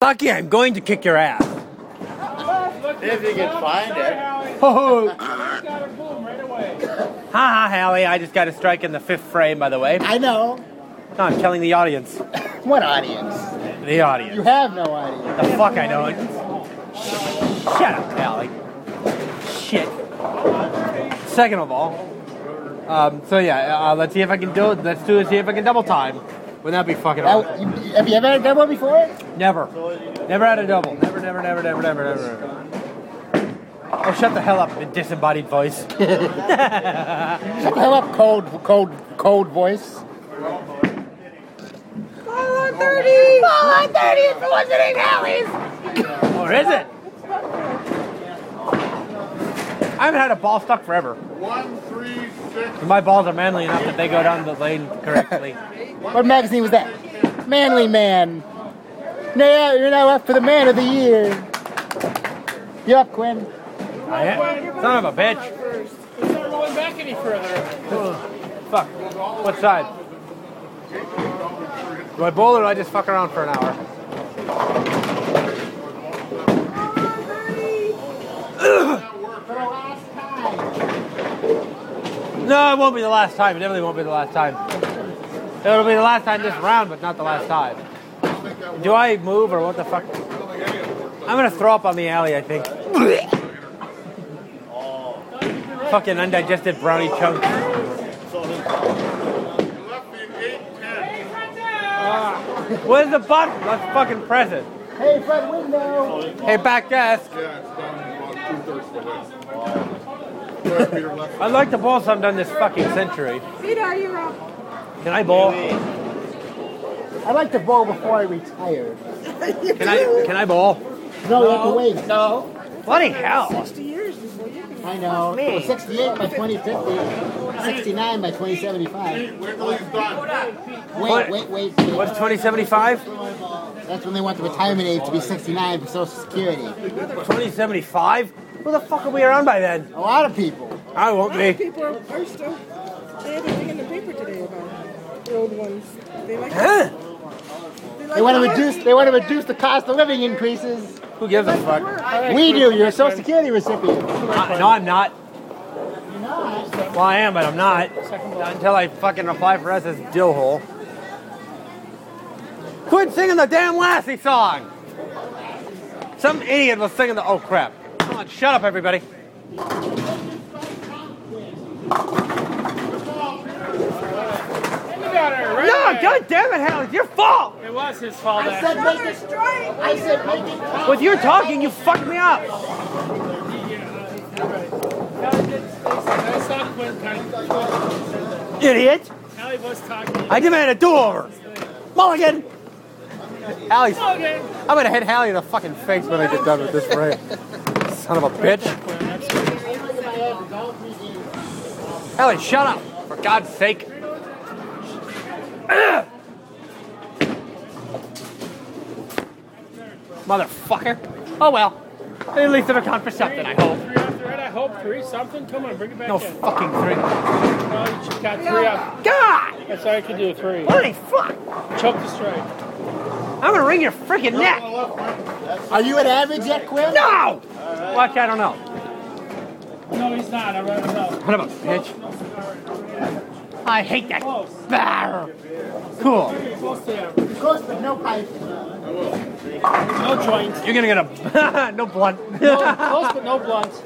Fuck yeah, I'm going to kick your ass. If you can find it. Ho ho. Got a boom right away. ha, Hallie. I just got a strike in the fifth frame, by the way. I know. No, I'm telling the audience. What audience? The You audience. have no audience. The fuck I know. Shut up, Hallie. Shit. Second of all, um, so yeah, uh, let's see if I can do it. Let's do it. See if I can double time. Wouldn't that be fucking awesome? That, you, have you ever had a demo before? Never. Never had a double. Never, never, never, never, never, never. never. Oh, shut the hell up, disembodied voice. Shut the hell up, cold, cold, cold voice. Or is it? I haven't had a ball stuck forever. One, three, six. My balls are manly enough that they go down the lane correctly. What magazine was that? Manly Man. Now you're now up for the Man of the Year. You up, Quinn? I am. Son of a bitch. It's not rolling back any further. Fuck. What side? Do I bowl or do I just fuck around for an hour? No, it won't be the last time. It definitely won't be the last time. It'll be the last time this round, but not the last time. Do I move or what the fuck? I'm gonna throw up on the alley, I think. Fucking undigested brownie chunk. You left me at eight, ten. Ah. Where's the button? Let's fucking press it. Hey, front window. Hey, back desk. Yeah, it's down about two thirds of the way. Go ahead, Peter, left. I'd like to bowl some done this fucking century. Peter, you're up. Can I bowl? I like to bowl before I retire. Can I? Can I bowl? No, you have to wait. No. Bloody hell! 60 years before you can. I know. It was 68 by 2050, 69 by 2075. Wiggly's done. Wait, wait, wait. wait. What's 2075? That's when they want the retirement age to be 69 for Social Security. 2075? Who the fuck will be around by then? A lot of people. I A won't lot of be. people are, are still. They had a thing in the paper today about the old ones. They like. Huh? like They want to to work. reduce. They want to reduce the cost of living increases. Who gives a fuck? We do. You're a Social Security recipient. Uh, no, I'm not. Well, I am, but I'm not. Not until I fucking apply for us as dill hole. Quit singing the damn Lassie song! Some idiot was singing the. Oh crap. Come on, shut up, everybody. Hand it down there, right No, away. god damn it, Hal, it's your fault! It was his fault. I Actually. said make Another it. strike. I said make it. count. With your talking, you fucked me up. Hallie did say that. I saw Quinn kind of. Idiot. Hallie was talking. I demand a do-over. Mulligan. Allie's, Okay. I'm gonna hit Hallie in the fucking face when I get done with this frame. Son of a bitch. Hallie, shut up. For God's sake. Ugh. Motherfucker. Oh well. At least it'll count for something, I hope. Three after it, I hope. Three something. Come on, bring it back No in. fucking three. No, you got three up. God! That's all I could do. Three. Holy fuck! Choke the strike. I'm gonna wring your freaking neck! Are you at average yet, Quinn? No! Watch, I don't know. No, he's not. I read it out. What about bitch? I hate that. Bar. Cool. Close to average. Of course, but no pipe. No joint. You're gonna get a no blunt. No, close but no blunt. 2000s,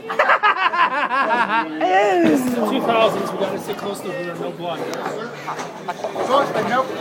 we gotta stay close to her, no blunt. Of course, but no.